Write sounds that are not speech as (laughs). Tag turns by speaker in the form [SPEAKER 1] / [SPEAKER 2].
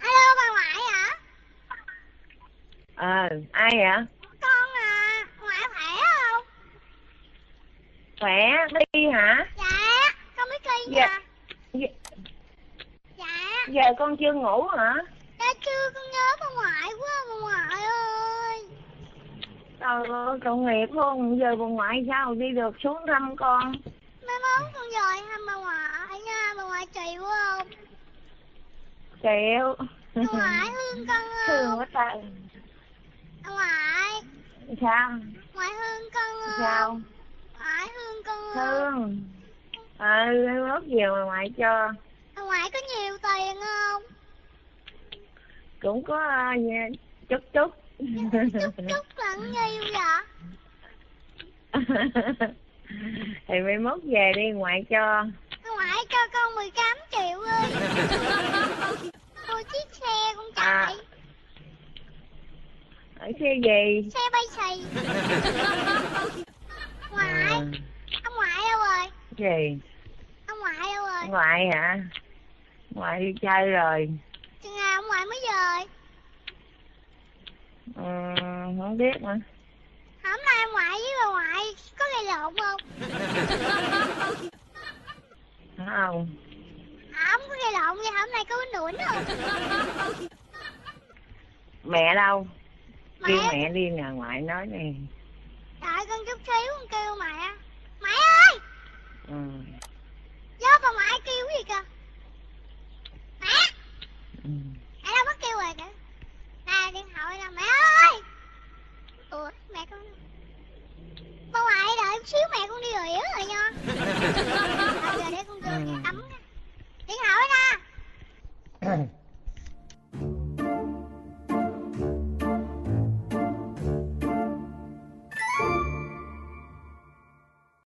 [SPEAKER 1] Alo bà ngoại hả?
[SPEAKER 2] Ờ, ai vậy?
[SPEAKER 1] Con à, ngoại khỏe không?
[SPEAKER 2] Khỏe, đi hả?
[SPEAKER 1] Dạ, con mới đi
[SPEAKER 2] Dạ.
[SPEAKER 1] nè.
[SPEAKER 2] Gi-
[SPEAKER 1] Dạ,
[SPEAKER 2] Giờ con chưa ngủ hả?
[SPEAKER 1] dạ chưa con nhớ bà ngoại quá bà ngoại ơi.
[SPEAKER 2] Trời ơi, tội nghiệp luôn, giờ bà ngoại sao đi được xuống thăm con?
[SPEAKER 1] Mai mốt con dời thăm bà ngoại nha, bà ngoại trì quá không?
[SPEAKER 2] Chịu.
[SPEAKER 1] Bà
[SPEAKER 2] (laughs)
[SPEAKER 1] ngoại thương con
[SPEAKER 2] Thương
[SPEAKER 1] không?
[SPEAKER 2] quá ta.
[SPEAKER 1] Bà ngoại,
[SPEAKER 2] Sao?
[SPEAKER 1] ngoại thương con không?
[SPEAKER 2] Sao?
[SPEAKER 1] Ngoại thương con không?
[SPEAKER 2] Dạ. Thương. Ờ, ước gì mà ngoại cho.
[SPEAKER 1] Bà ngoại có nhiều tiền không?
[SPEAKER 2] Cũng có ờ, nhà- chút chút. (laughs)
[SPEAKER 1] Chút chút là nhiêu vậy?
[SPEAKER 2] Thì mai mốt về đi ngoại cho.
[SPEAKER 1] Bà ngoại cho con 18 triệu
[SPEAKER 2] (laughs)
[SPEAKER 1] ơi. Mua chiếc xe con
[SPEAKER 2] À.
[SPEAKER 1] chạy.
[SPEAKER 2] Ở xe gì?
[SPEAKER 1] xe bay xì ngoại
[SPEAKER 2] Ờ,
[SPEAKER 1] ông ngoại đâu rồi
[SPEAKER 2] gì?
[SPEAKER 1] ông ngoại đâu rồi
[SPEAKER 2] ngoại hả ngoại đi chơi rồi
[SPEAKER 1] chừng nào ông ngoại mới về
[SPEAKER 2] ừ, không biết nữa
[SPEAKER 1] hôm nay ông ngoại với bà ngoại có gây lộn không
[SPEAKER 2] không
[SPEAKER 1] à, không có gây lộn vậy hôm nay có quýnh đuổi không
[SPEAKER 2] mẹ đâu kêu
[SPEAKER 1] mẹ
[SPEAKER 2] mẹ đi nè ngoại nói nè
[SPEAKER 1] đợi con chút xíu con kêu mẹ mẹ ơi
[SPEAKER 2] ừ.
[SPEAKER 1] do bà ngoại kêu cái gì kìa mẹ
[SPEAKER 2] ừ.
[SPEAKER 1] mẹ đâu có kêu rồi kìa nè điện thoại nè mẹ ơi ủa mẹ con bà ngoại đợi chút xíu mẹ con đi rồi yếu rồi nha Bây giờ để
[SPEAKER 2] ừ.
[SPEAKER 1] con vô nhà tắm nè. Điện thoại nè.